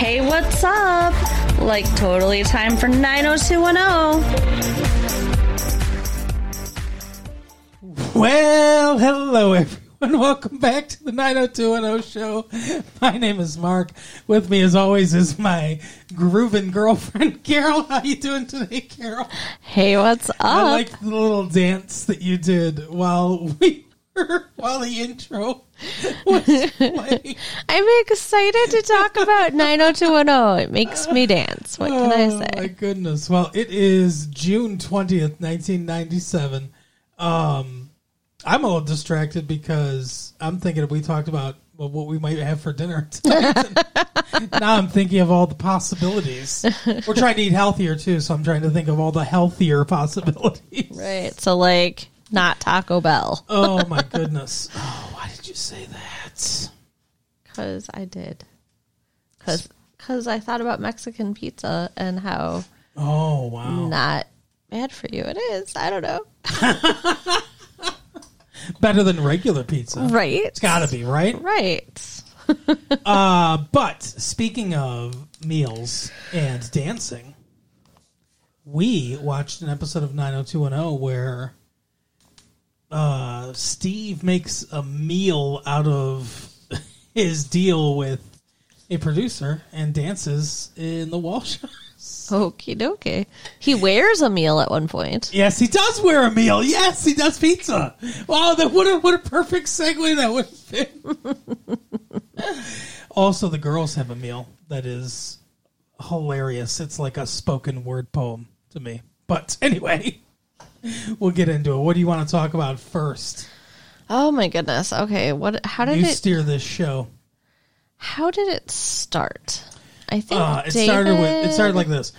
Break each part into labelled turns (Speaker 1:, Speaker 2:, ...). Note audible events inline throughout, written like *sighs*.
Speaker 1: Hey, what's up? Like, totally time for 90210.
Speaker 2: Well, hello everyone. *laughs* Welcome back to the 90210 show. My name is Mark. With me as always is my grooving girlfriend *laughs* Carol. How you doing today, Carol?
Speaker 1: Hey, what's up?
Speaker 2: I like the little dance that you did while we *laughs* were, while the intro was playing.
Speaker 1: I'm excited to talk about 90210. It makes me dance. What can I
Speaker 2: Oh
Speaker 1: say?
Speaker 2: my goodness. Well, it is June 20th, 1997. Um, I'm a little distracted because I'm thinking we talked about well, what we might have for dinner *laughs* tonight. now I'm thinking of all the possibilities. We're trying to eat healthier too, so I'm trying to think of all the healthier possibilities.
Speaker 1: Right. So, like, not Taco Bell.
Speaker 2: Oh my
Speaker 1: *laughs*
Speaker 2: goodness. Oh, why did you say that?
Speaker 1: Because I did. Because I thought about Mexican pizza and how
Speaker 2: Oh, wow.
Speaker 1: not bad for you it is. I don't know.
Speaker 2: Better than regular pizza.
Speaker 1: Right.
Speaker 2: It's got to be, right?
Speaker 1: Right.
Speaker 2: Uh, but speaking of meals and dancing, we watched an episode of 90210 where uh, Steve makes a meal out of *laughs* his deal with a producer and dances in the Walsh. house.
Speaker 1: Okie dokie. He wears a meal at one point.
Speaker 2: Yes, he does wear a meal. Yes, he does pizza. Wow, that what a what a perfect segue that would have been. *laughs* also, the girls have a meal that is hilarious. It's like a spoken word poem to me. But anyway, *laughs* we'll get into it. What do you want to talk about first?
Speaker 1: Oh my goodness. Okay. What? How did
Speaker 2: you
Speaker 1: it?
Speaker 2: steer this show.
Speaker 1: How did it start? I think
Speaker 2: Uh, it started with it started like this.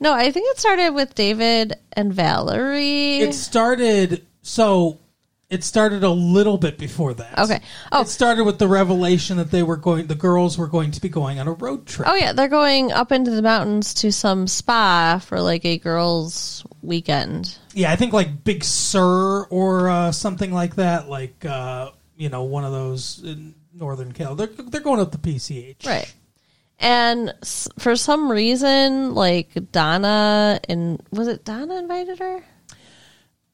Speaker 1: no. I think it started with David and Valerie.
Speaker 2: It started so it started a little bit before that.
Speaker 1: Okay. Oh.
Speaker 2: It started with the revelation that they were going the girls were going to be going on a road trip.
Speaker 1: oh yeah, they're going up into the mountains to some spa for like a girls' weekend.
Speaker 2: Yeah, I think like Big Sur or uh, something like that, like uh, you know, one of those in Northern Cal. They're they're going up the PCH.
Speaker 1: Right. And s- for some reason, like Donna and was it Donna invited her?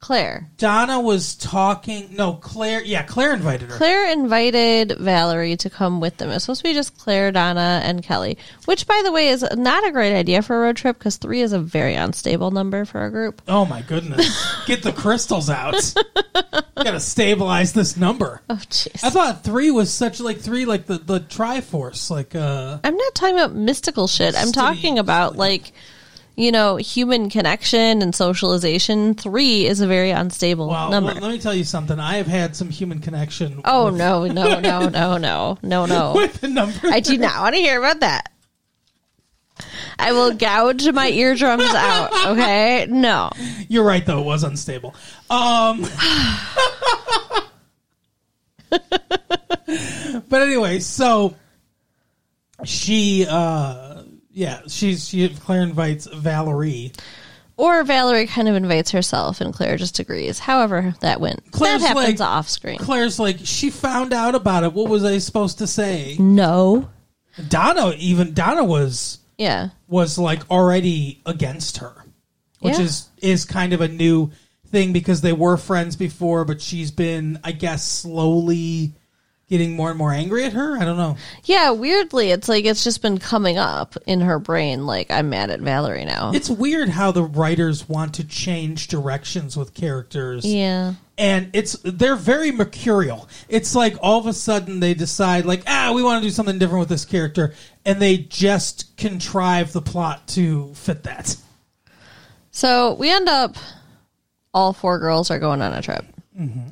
Speaker 1: Claire.
Speaker 2: Donna was talking no, Claire yeah, Claire invited her.
Speaker 1: Claire invited Valerie to come with them. It's supposed to be just Claire, Donna, and Kelly, which, by the way, is not a great idea for a road trip because three is a very unstable number for a group.
Speaker 2: Oh my goodness.
Speaker 1: *laughs*
Speaker 2: Get the crystals out. Gotta stabilize this number.
Speaker 1: Oh, jeez.
Speaker 2: I thought three was such like three like the, the Triforce, like uh
Speaker 1: I'm not talking about mystical shit. I'm
Speaker 2: Steady,
Speaker 1: talking about, like, you know, human connection and socialization. Three is a very unstable
Speaker 2: Wow.
Speaker 1: number.
Speaker 2: Well, let me tell you something. I have had some human connection.
Speaker 1: oh, no, no,
Speaker 2: *laughs*
Speaker 1: no, no, no, no, no.
Speaker 2: With the number.
Speaker 1: I do not want to hear about that. I will gouge my eardrums out, okay? No.
Speaker 2: *laughs* You're right, though. It was unstable. Um, *laughs* but anyway, so she, uh, yeah, she's she. Claire invites Valerie.
Speaker 1: Or Valerie kind of invites herself and Claire just agrees. However, that went.
Speaker 2: Claire's
Speaker 1: that happens
Speaker 2: like-
Speaker 1: off screen.
Speaker 2: Claire's like, she found out about it. What was I supposed to say?
Speaker 1: no.
Speaker 2: Donna even Donna was
Speaker 1: Yeah.
Speaker 2: was like already against her, which
Speaker 1: Yeah.
Speaker 2: is is kind of a new thing because they were friends before, but she's been, I guess, slowly getting more and more angry at her. I don't know.
Speaker 1: Yeah, weirdly, it's like it's just been coming up in her brain like I'm mad at Valerie now.
Speaker 2: It's weird how the writers want to change directions with characters.
Speaker 1: yeah.
Speaker 2: And it's they're very mercurial. It's like all of a sudden they decide like, ah, we want to do something different with this character and they just contrive the plot to fit that.
Speaker 1: So we end up all four girls are going on a trip.
Speaker 2: Mm-hmm.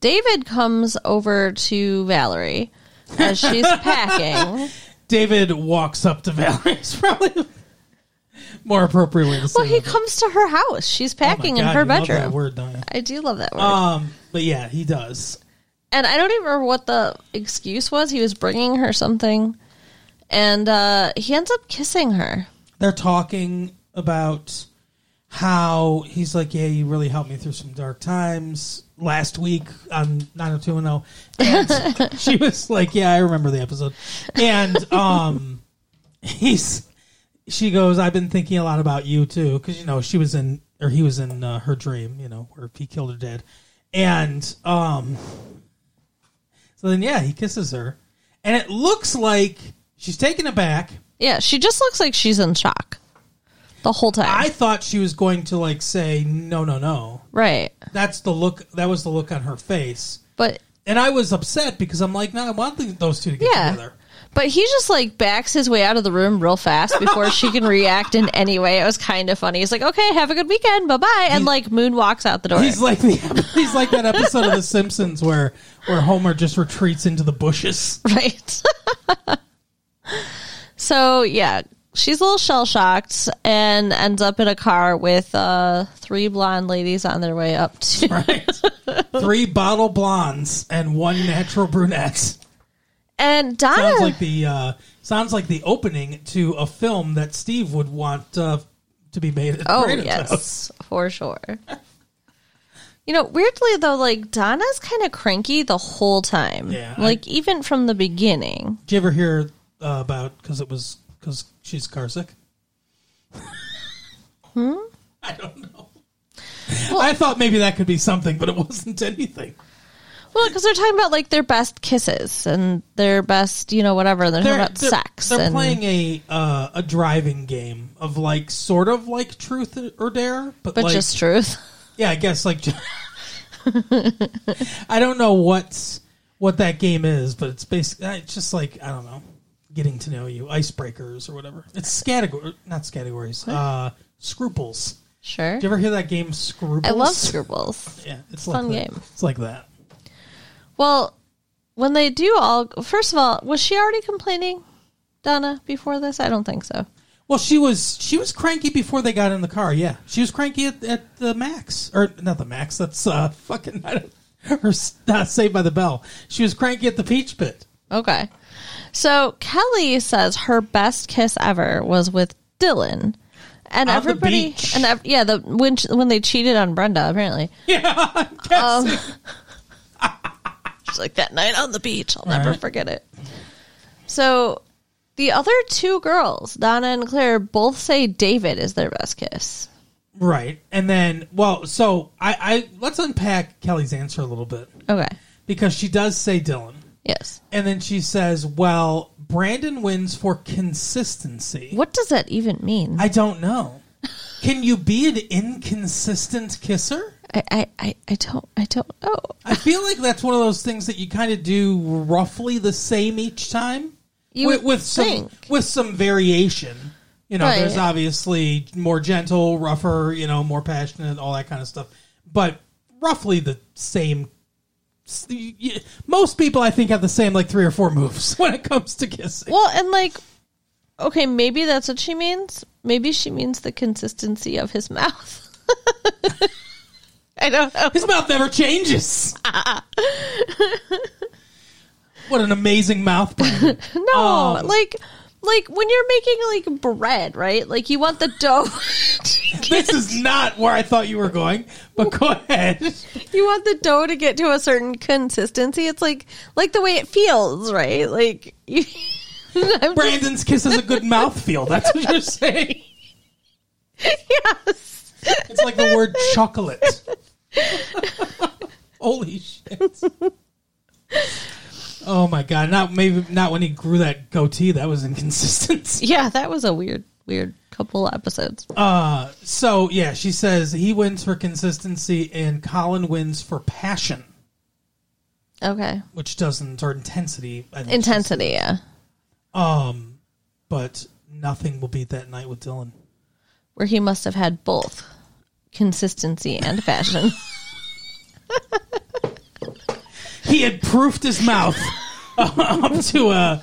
Speaker 1: David comes over to Valerie
Speaker 2: *laughs*
Speaker 1: as she's packing.
Speaker 2: David walks up to Valerie. *laughs* It's probably more appropriate way to say
Speaker 1: Well, he
Speaker 2: it.
Speaker 1: comes to her house. She's
Speaker 2: Oh my
Speaker 1: packing in
Speaker 2: God,
Speaker 1: her
Speaker 2: you love that
Speaker 1: bedroom.
Speaker 2: word, don't you?
Speaker 1: I do love that word.
Speaker 2: Um, but yeah, he does.
Speaker 1: and I don't even remember what the excuse was. He was bringing her something, and uh, he ends up kissing her.
Speaker 2: They're talking about how he's like, yeah, you really helped me through some dark times last week on 90210. And she was like, yeah, I remember the episode. And um, he's she goes, I've been thinking a lot about you too, because you know she was in or he was in uh, her dream, you know, where he killed her dad, and um, so then yeah, he kisses her, and it looks like she's taken aback.
Speaker 1: Yeah, she just looks like she's in shock the whole time.
Speaker 2: I thought she was going to like say no, no, no.
Speaker 1: right.
Speaker 2: That's the look. That was the look on her face,
Speaker 1: But
Speaker 2: and I was upset because I'm like, no, I want th- those two to get
Speaker 1: yeah.
Speaker 2: together.
Speaker 1: But he just like backs his way out of the room real fast before she can react in any way. It was kind of funny. He's like, "Okay, have a good weekend. Bye-bye." And like Moon walks out the door.
Speaker 2: He's like the, *laughs* he's like that episode of The Simpsons where where Homer just retreats into the bushes. *laughs*
Speaker 1: Right. *laughs* so yeah, she's a little shell shocked and ends up in a car with uh, three blonde ladies on their way up to.
Speaker 2: Right. Three bottle blondes and one natural brunette.
Speaker 1: And Donna,
Speaker 2: Sounds like the uh, sounds like the opening to a film that Steve would want uh, to be made. At
Speaker 1: oh
Speaker 2: Brandon's house.
Speaker 1: yes, for sure. You know, weirdly though, like Donna's kind of cranky the whole time.
Speaker 2: Yeah, I-
Speaker 1: like even from the beginning.
Speaker 2: Did you ever hear uh, about because it was because she's carsick?
Speaker 1: *laughs*
Speaker 2: hmm. I don't know. I thought maybe that could be something, but it wasn't anything.
Speaker 1: Well, because they're talking about like their best kisses and their best, you know, whatever. and They're, talking about sex.
Speaker 2: They're
Speaker 1: and,
Speaker 2: playing a uh, a driving game of like sort of like truth or dare, but,
Speaker 1: but
Speaker 2: like,
Speaker 1: just truth. *laughs*
Speaker 2: Yeah, I guess like *laughs* I don't know what what that game is, but it's basically it's just like I don't know, getting to know you, icebreakers or whatever. It's category, not categories. Uh, scruples.
Speaker 1: Sure.
Speaker 2: Do you ever hear that game Scruples?
Speaker 1: I love scribbles.
Speaker 2: Yeah, it's
Speaker 1: Fun
Speaker 2: like that.
Speaker 1: game.
Speaker 2: It's like that.
Speaker 1: Well, when they do all, first of all, was she already complaining, Donna, before this? I don't think so.
Speaker 2: Well, she was she was cranky before they got in the car. Yeah, she was cranky at, at the Max or not the Max. That's uh fucking *laughs* I don't, or s- not Saved by the Bell. She was cranky at the Peach Pit.
Speaker 1: Okay. So Kelly says her best kiss ever was with Dylan. And
Speaker 2: On the
Speaker 1: everybody,
Speaker 2: beach.
Speaker 1: and ev- yeah, the when when they cheated on Brenda,
Speaker 2: *laughs*
Speaker 1: apparently, Um,
Speaker 2: Yeah, I'm guessing.
Speaker 1: *laughs* She's like that night on the beach. I'll never
Speaker 2: Right.
Speaker 1: forget it. So the other two girls, Donna and Claire, both say David is their best kiss.
Speaker 2: Right. And then, well, so I, I let's unpack Kelly's answer a little bit
Speaker 1: Okay.
Speaker 2: because she does say Dylan.
Speaker 1: Yes.
Speaker 2: And then she says, well, Brandon wins for consistency.
Speaker 1: What does that even mean? I
Speaker 2: I don't know. Can you be an inconsistent kisser?
Speaker 1: I, I, I don't I don't know.
Speaker 2: I feel like that's one of those things that you kind of do roughly the same each time.
Speaker 1: You
Speaker 2: with,
Speaker 1: would
Speaker 2: with some
Speaker 1: think.
Speaker 2: with some variation. You know,
Speaker 1: Right.
Speaker 2: there's obviously more gentle, rougher, you know, more passionate, all that kind of stuff. But roughly the same. s- y- y- Most people, I think, have the same like three or four moves *laughs* when it comes to kissing.
Speaker 1: Well, and like, okay, maybe that's what she means. Maybe she means the consistency of his mouth. *laughs* I don't know.
Speaker 2: His mouth never
Speaker 1: *laughs*
Speaker 2: changes. what an amazing mouth! Brandon.
Speaker 1: No, like, like when you're making like bread, right? Like you want the dough. *laughs*
Speaker 2: this is not where I thought you were going, but go ahead.
Speaker 1: you want the dough to get to a certain consistency. It's like like the way it feels, right? Like you, *laughs* I'm just-
Speaker 2: Brandon's kiss is a good mouthfeel. That's what you're saying.
Speaker 1: yes.
Speaker 2: It's like the word chocolate. Holy shit. Oh my god. Not maybe not when he grew that goatee. That was
Speaker 1: *laughs*
Speaker 2: inconsistent.
Speaker 1: Yeah, that was a weird weird couple episodes.
Speaker 2: So yeah, she says he wins for consistency and Colin wins for passion,
Speaker 1: Okay.
Speaker 2: which doesn't or intensity. I think she said.
Speaker 1: Intensity, yeah.
Speaker 2: Um but nothing will beat that night with Dylan.
Speaker 1: Where he must have had both consistency and fashion.
Speaker 2: He had proofed his mouth *laughs* up to a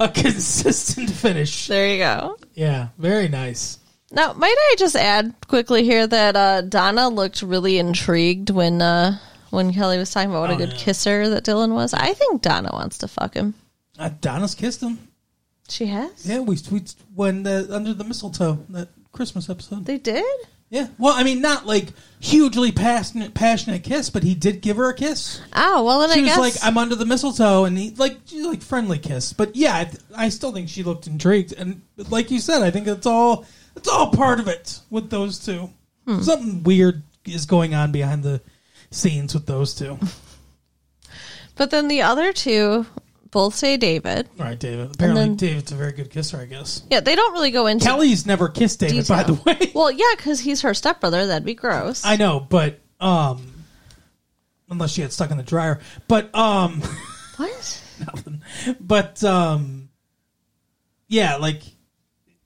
Speaker 2: a consistent finish.
Speaker 1: there you go.
Speaker 2: Yeah, very nice.
Speaker 1: Now, might I just add quickly here that uh, Donna looked really intrigued when uh, when Kelly was talking about what a
Speaker 2: Oh,
Speaker 1: good
Speaker 2: yeah.
Speaker 1: kisser that Dylan was. I think Donna wants to fuck him.
Speaker 2: Adonis kissed him.
Speaker 1: She has?
Speaker 2: Yeah, we we when the, under the mistletoe that Christmas episode.
Speaker 1: They did?
Speaker 2: Yeah. Well, I mean, not like hugely passionate, passionate kiss, but he did give her a kiss.
Speaker 1: Oh, well, then
Speaker 2: She
Speaker 1: I
Speaker 2: was
Speaker 1: guess.
Speaker 2: like, "I'm under the mistletoe," and he like, she, like friendly kiss. But yeah, I, th- I still think she looked intrigued, and like you said, I think it's all it's all part of it with those two.
Speaker 1: Hmm.
Speaker 2: Something weird is going on behind the scenes with those
Speaker 1: *laughs*
Speaker 2: two.
Speaker 1: but then the other two both say David.
Speaker 2: All right, David. Apparently,
Speaker 1: then-
Speaker 2: David's a very good kisser, I guess.
Speaker 1: Yeah, they don't really go into
Speaker 2: Kelly's never kissed David, by the
Speaker 1: detail.
Speaker 2: way. *laughs*
Speaker 1: Well, yeah, because he's her stepbrother. That'd be gross.
Speaker 2: I know, but um, unless she had stuck in the dryer, but um,
Speaker 1: what?
Speaker 2: but um, yeah, like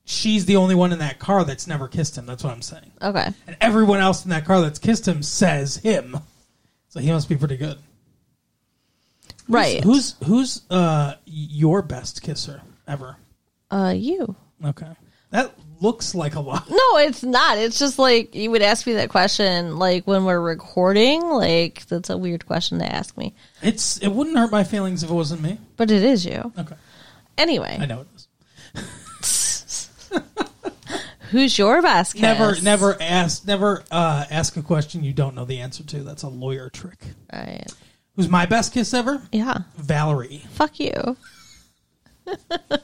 Speaker 2: she's the only one in that car that's never kissed him. That's what I'm saying.
Speaker 1: Okay.
Speaker 2: And everyone else in that car that's kissed him says him, so he must be pretty good.
Speaker 1: Right.
Speaker 2: Who's who's uh your best kisser ever?
Speaker 1: Uh, you.
Speaker 2: Okay, that looks like a lot.
Speaker 1: No, it's not. It's just like you would ask me that question like when we're recording. Like that's a weird question to ask me,
Speaker 2: It's it wouldn't hurt my feelings if it wasn't me.
Speaker 1: but it is you.
Speaker 2: Okay,
Speaker 1: Anyway,
Speaker 2: I know it is.
Speaker 1: who's your best? Kiss?
Speaker 2: Never, never ask, never uh, ask a question you don't know the answer to. That's a lawyer trick.
Speaker 1: Right.
Speaker 2: Who's my best kiss ever?
Speaker 1: Yeah.
Speaker 2: Valerie.
Speaker 1: Fuck you. *laughs*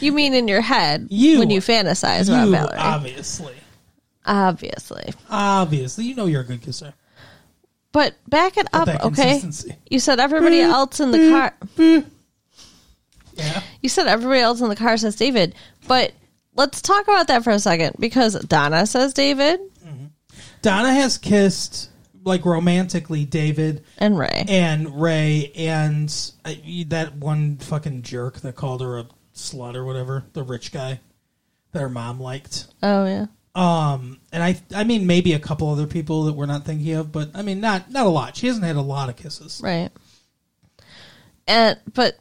Speaker 1: you mean in your head
Speaker 2: You-
Speaker 1: when you fantasize about
Speaker 2: you,
Speaker 1: Valerie?
Speaker 2: obviously,
Speaker 1: obviously.
Speaker 2: obviously, you know you're a good kisser.
Speaker 1: But back it up,
Speaker 2: that
Speaker 1: okay?
Speaker 2: consistency.
Speaker 1: You said everybody else in the car.
Speaker 2: Yeah,
Speaker 1: You said everybody else in the car says David, but let's talk about that for a second because Donna says David
Speaker 2: Donna has kissed like romantically David
Speaker 1: and Ray.
Speaker 2: and Ray and uh, that one fucking jerk that called her a slut or whatever, the rich guy that her mom liked.
Speaker 1: oh yeah.
Speaker 2: Um, and I, I mean, maybe a couple other people that we're not thinking of, but I mean, not not a lot. She hasn't had a lot of kisses.
Speaker 1: Right. And but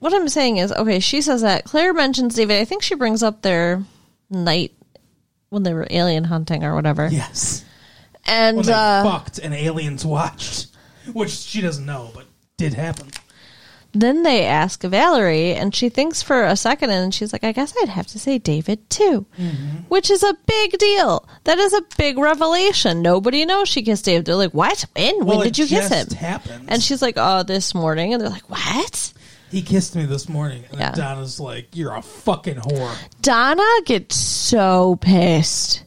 Speaker 1: what I'm saying is, okay, she says that Claire mentions David. I think she brings up their night when they were alien hunting or whatever.
Speaker 2: Yes, when
Speaker 1: And
Speaker 2: they
Speaker 1: uh,
Speaker 2: fucked and aliens *laughs* watched, which she doesn't know, but did happen.
Speaker 1: then they ask Valerie, and she thinks for a second, and she's like, "I guess I'd have to say David too,"
Speaker 2: Mm-hmm.
Speaker 1: which is a big deal. That is a big revelation. Nobody knows she kissed David. They're like, "What? When?
Speaker 2: Well,
Speaker 1: when
Speaker 2: it
Speaker 1: did you kiss him?"
Speaker 2: just Happened.
Speaker 1: And she's like, "Oh, this morning." And they're like, "What?"
Speaker 2: he kissed me this morning, and then
Speaker 1: Yeah.
Speaker 2: Donna's like, "You're a fucking whore."
Speaker 1: Donna gets so pissed.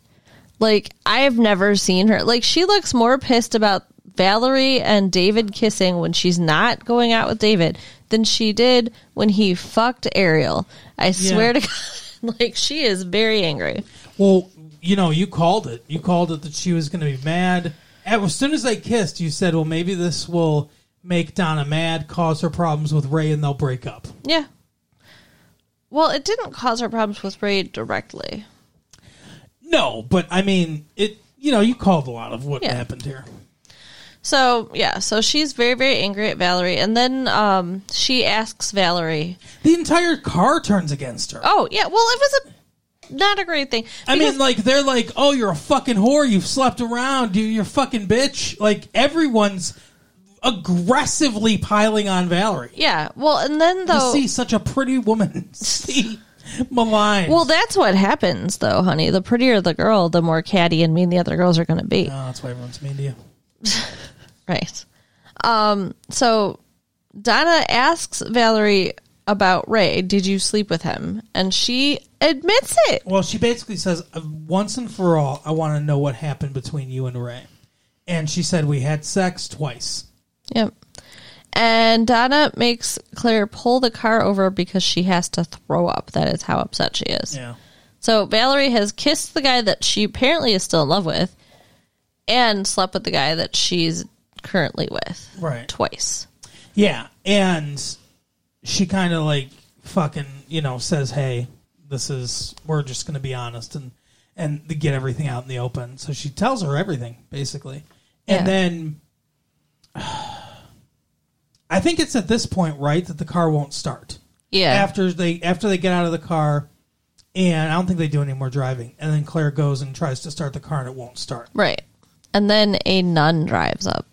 Speaker 1: Like, I have never seen her. Like, she looks more pissed about Valerie and David kissing when she's not going out with David than she did when he fucked Ariel. I swear to *laughs* God. Like, she is very angry.
Speaker 2: Well, you know, you called it. You called it that she was going to be mad. As soon as they kissed, you said, "Well, maybe this will make Donna mad, cause her problems with Ray, and they'll break up."
Speaker 1: Yeah. Well, it didn't cause her problems with Ray directly.
Speaker 2: No, but I mean, it. You know, you called a lot of what
Speaker 1: Yeah.
Speaker 2: happened here.
Speaker 1: So, yeah. So she's very, very angry at Valerie. And then um, she asks Valerie,
Speaker 2: The entire car turns against her.
Speaker 1: Oh, yeah. Well, it was a. Not a great thing.
Speaker 2: I
Speaker 1: Because-
Speaker 2: mean, like they're like, "Oh, you're a fucking whore. You've slept around. You, you're a fucking bitch." Like everyone's aggressively piling on Valerie.
Speaker 1: Yeah. Well, and then
Speaker 2: To
Speaker 1: though,
Speaker 2: see such a pretty woman, *laughs* see maligned.
Speaker 1: well, that's what happens though, honey. The prettier the girl, the more catty and mean the other girls are going to be.
Speaker 2: oh, that's why everyone's mean to you.
Speaker 1: Right. Um. So Donna asks Valerie about Ray. Did you sleep with him? And she admits it.
Speaker 2: Well, she basically says, uh, "Once and for all, I want to know what happened between you and Ray." And she said, "We had sex twice."
Speaker 1: Yep. And Donna makes Claire pull the car over because she has to throw up. That is how upset she is.
Speaker 2: Yeah.
Speaker 1: So Valerie has kissed the guy that she apparently is still in love with and slept with the guy that she's currently with
Speaker 2: Right.
Speaker 1: twice.
Speaker 2: Yeah, and she kind of like fucking, you know, says, "Hey, this is we're just going to be honest and and to get everything out in the open." So she tells her everything basically, and
Speaker 1: Yeah.
Speaker 2: then I think it's at this point, right, that the car won't start
Speaker 1: Yeah.
Speaker 2: after they after they get out of the car, and I don't think they do any more driving. And then Claire goes and tries to start the car, and it won't start.
Speaker 1: right. And then a nun drives up.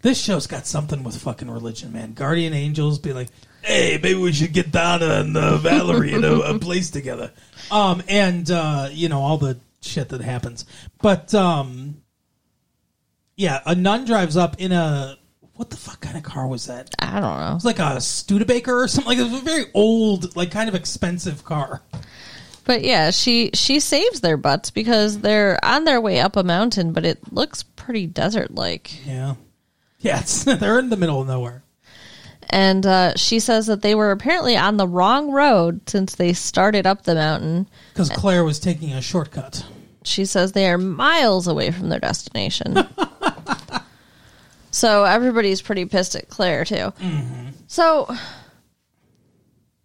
Speaker 2: This show's got something with fucking religion, man. Guardian angels be like, hey, maybe we should get Donna and uh, Valerie in a, a place together. Um, and uh, you know all the shit that happens, but um, yeah, a nun drives up in a what the fuck kind of car was that? It
Speaker 1: I don't know.
Speaker 2: was like a Studebaker or something. Like it was a very old, like kind of expensive car.
Speaker 1: But yeah, she she saves their butts because they're on their way up a mountain, but it looks pretty desert like.
Speaker 2: Yeah, yeah, it's, *laughs* they're in the middle of nowhere.
Speaker 1: And uh, she says that they were apparently on the wrong road since they started up the mountain.
Speaker 2: Because Claire was taking a shortcut.
Speaker 1: She says they are miles away from their destination. so everybody's pretty pissed at Claire too.
Speaker 2: Mm-hmm.
Speaker 1: So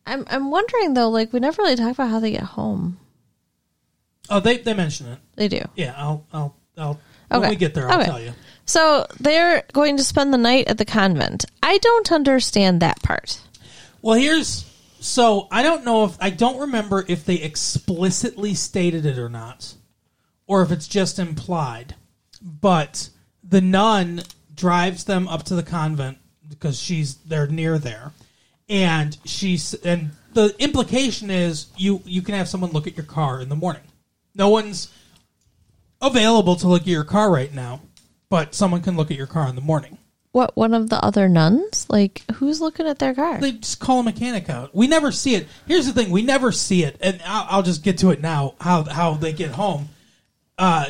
Speaker 1: I'm I'm wondering though, like we never really talk about how they get home.
Speaker 2: Oh, they they mention it.
Speaker 1: They do.
Speaker 2: Yeah, I'll I'll I'll when
Speaker 1: Okay.
Speaker 2: we get there, I'll
Speaker 1: Okay.
Speaker 2: tell you.
Speaker 1: So they're going to spend the night at the convent. I don't understand that part.
Speaker 2: Well, here's so I don't know if I don't remember if they explicitly stated it or not, or if it's just implied. But the nun drives them up to the convent because she's they're near there, and she's and the implication is you you can have someone look at your car in the morning. No one's available to look at your car right now, but someone can look at your car in the morning.
Speaker 1: What one of the other nuns? Like who's looking at their car?
Speaker 2: they just call a mechanic out. We never see it. Here's the thing: we never see it, and I'll, I'll just get to it now. How how they get home? Uh,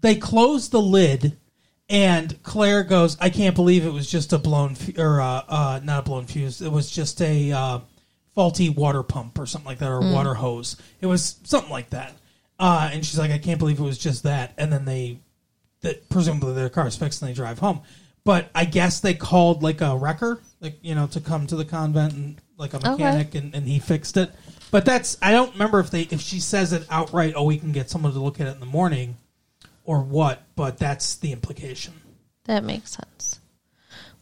Speaker 2: they close the lid, and Claire goes, "I can't believe it was just a blown f- or uh, uh, not a blown fuse. It was just a uh, faulty water pump or something like that, or water hose. It was something like that." Uh, and she's like, "I can't believe it was just that." And then they that presumably their car's fixed and they drive home. But I guess they called like a wrecker, like you know, to come to the convent and like a mechanic, and, and he fixed it. But that's I don't remember if they if she says it outright. Oh, we can get someone to look at it in the morning, or what? But that's the implication.
Speaker 1: That makes sense.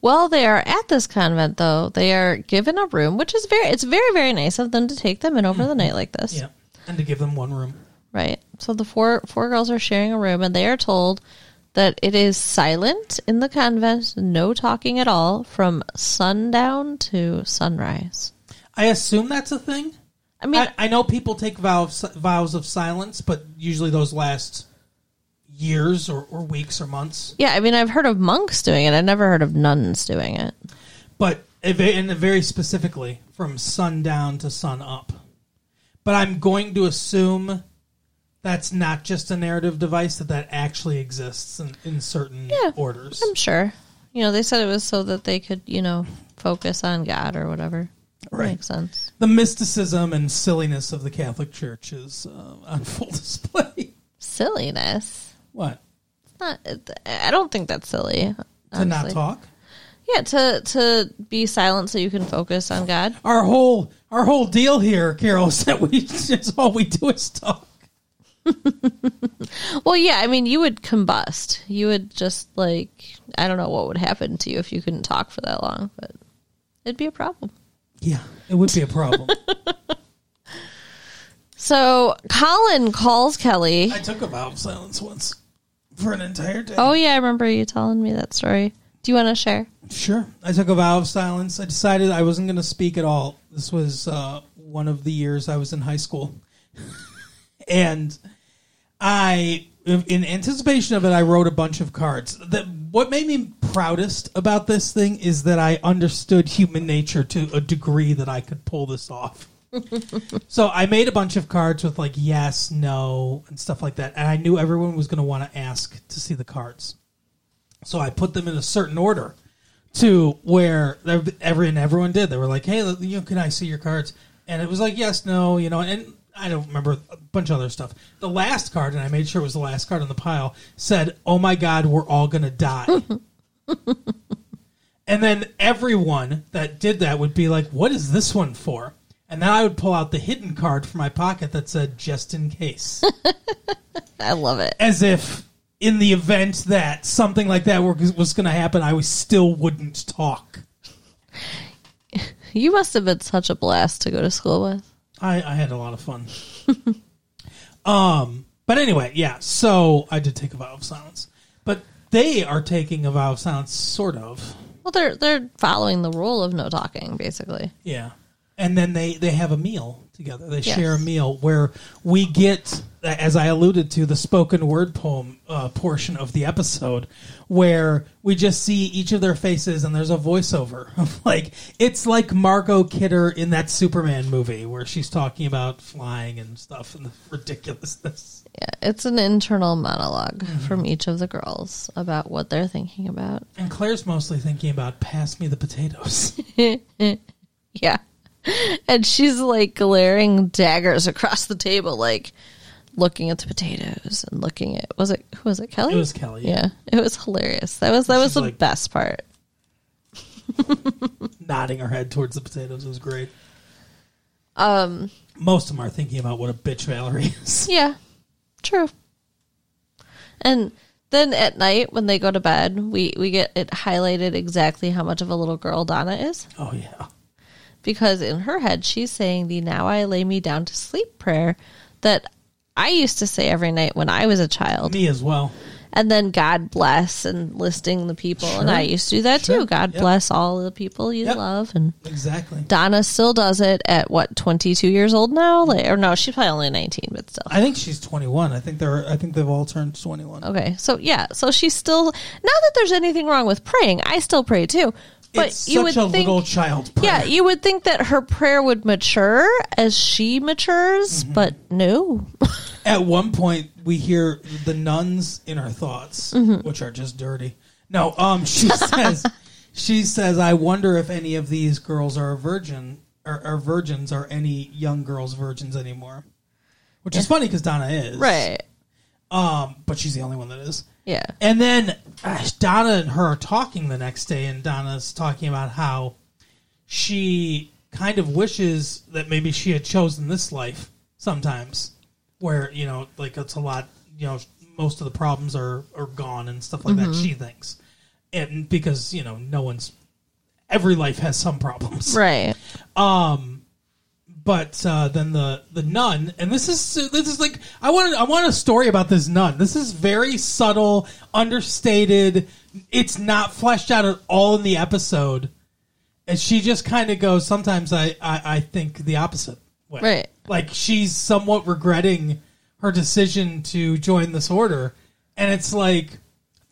Speaker 1: Well, they are at this convent though. They are given a room, which is very it's very very nice of them to take them in over the night like this.
Speaker 2: Mm-hmm. Yeah, and to give them one room.
Speaker 1: Right. So the four four girls are sharing a room and they are told that it is silent in the convent, no talking at all from sundown to sunrise.
Speaker 2: I assume that's a thing.
Speaker 1: I mean,
Speaker 2: I, I know people take vows vows of silence, but usually those last years or, or weeks or months.
Speaker 1: Yeah, I mean, I've heard of monks doing it. I've never heard of nuns doing it.
Speaker 2: but if- and very specifically from sundown to sun up. But I'm going to assume that's not just a narrative device; that that actually exists in, in certain
Speaker 1: Yeah.
Speaker 2: orders.
Speaker 1: I'm sure. You know, they said it was so that they could, you know, focus on God or whatever.
Speaker 2: Right.
Speaker 1: Makes sense.
Speaker 2: The mysticism and silliness of the Catholic Church is uh, on full *laughs* display.
Speaker 1: Silliness.
Speaker 2: what
Speaker 1: It's Not. it- I don't think that's silly.
Speaker 2: to not
Speaker 1: honestly.
Speaker 2: talk?
Speaker 1: Yeah, to to be silent so you can focus on God.
Speaker 2: Our whole our whole deal here, Carol, *laughs* is that we just all we do is talk.
Speaker 1: Well, yeah. I mean, you would combust. You would just like I don't know what would happen to you if you couldn't talk for that long, but it'd be a problem.
Speaker 2: Yeah, it would be a problem. *laughs*
Speaker 1: So Colin calls Kelly.
Speaker 2: I took a vow of silence once for an entire day.
Speaker 1: Oh yeah, I remember you telling me that story. Do you want to share?
Speaker 2: Sure. I took a vow of silence. I decided I wasn't going to speak at all. This was uh, one of the years I was in high school. *laughs* and I, in anticipation of it, I wrote a bunch of cards. The, what made me proudest about this thing is that I understood human nature to a degree that I could pull this off. so I made a bunch of cards with like yes, no, and stuff like that. And I knew everyone was going to want to ask to see the cards. So I put them in a certain order to where every and everyone did. They were like, "Hey, you know, can I see your cards?" And it was like, "Yes, no," you know, and I don't remember a bunch of other stuff. The last card, and I made sure it was the last card on the pile, said, "Oh my God, we're all gonna die." *laughs* and then everyone that did that would be like, "What is this one for?" And then I would pull out the hidden card from my pocket that said, "Just in case."
Speaker 1: I love it.
Speaker 2: as if in the event that something like that were, was going to happen, I was still wouldn't talk.
Speaker 1: You must have been such a blast to go to school with.
Speaker 2: I, I had a lot of fun. um, but anyway, yeah. So I did take a vow of silence, but they are taking a vow of silence, sort of.
Speaker 1: Well, they're they're following the rule of no talking, basically.
Speaker 2: Yeah. And then they, they have a meal together. They
Speaker 1: Yes.
Speaker 2: share a meal where we get, as I alluded to, the spoken word poem uh, portion of the episode, where we just see each of their faces and there's a voiceover. *laughs* of like it's like Margot Kidder in that Superman movie where she's talking about flying and stuff and the ridiculousness.
Speaker 1: Yeah, it's an internal monolog
Speaker 2: Mm-hmm.
Speaker 1: from each of the girls about what they're thinking about. *laughs*
Speaker 2: And Claire's mostly thinking about pass me the potatoes. *laughs*
Speaker 1: Yeah. And she's like glaring daggers across the table, like looking at the potatoes and looking at was it who was it Kelly?
Speaker 2: It was Kelly,
Speaker 1: Yeah,
Speaker 2: yeah.
Speaker 1: it was hilarious. That was that was
Speaker 2: She's
Speaker 1: the
Speaker 2: like-
Speaker 1: best part.
Speaker 2: Nodding her head towards the potatoes was great. Um, most of them are thinking about what a bitch Valerie is. *laughs*
Speaker 1: Yeah, true. And then at night when they go to bed, we we get it highlighted exactly how much of a little girl Donna is
Speaker 2: Oh yeah.
Speaker 1: because in her head she's saying the "Now I lay me down to sleep" prayer that I used to say every night when I was a child.
Speaker 2: Me as well.
Speaker 1: and then God bless and listing the people. And
Speaker 2: Sure.
Speaker 1: I used to do that
Speaker 2: Sure.
Speaker 1: too. God
Speaker 2: Yep.
Speaker 1: bless all the people you
Speaker 2: Yep.
Speaker 1: love. And
Speaker 2: Exactly.
Speaker 1: Donna still does it at what twenty two years old now,
Speaker 2: Mm-hmm.
Speaker 1: like, or no, she's probably only nineteen, but still.
Speaker 2: I think she's 21. I think they're I think they've all turned 21.
Speaker 1: Okay, so yeah, so she's still. Not that there's anything wrong with praying. I still pray too, but
Speaker 2: it's
Speaker 1: you
Speaker 2: such
Speaker 1: would
Speaker 2: a
Speaker 1: think,
Speaker 2: little child prayer.
Speaker 1: yeah, you would think that her prayer would mature as she matures, but no.
Speaker 2: At one point we hear the nuns in her thoughts, which are just dirty. No, um she *laughs* says she says I wonder if any of these girls are a virgin or are virgins are any young girls virgins anymore. Which is funny cuz Donna is.
Speaker 1: *laughs* right?
Speaker 2: Um but she's the only one that is.
Speaker 1: Yeah.
Speaker 2: And then uh, Donna and her are talking the next day, and Donna's talking about how she kind of wishes that maybe she had chosen this life sometimes, where, you know, like it's a lot, you know, most of the problems are, are gone and stuff like that, she thinks. And because, you know, no one's, every life has some problems
Speaker 1: Right.
Speaker 2: but uh, then the the nun, and this is this is like I want I want a story about this nun. This is very subtle, understated. It's not fleshed out at all in the episode, and she just kind of goes. Sometimes I, I I think the opposite way,
Speaker 1: Right.
Speaker 2: Like she's somewhat regretting her decision to join this order, and it's like.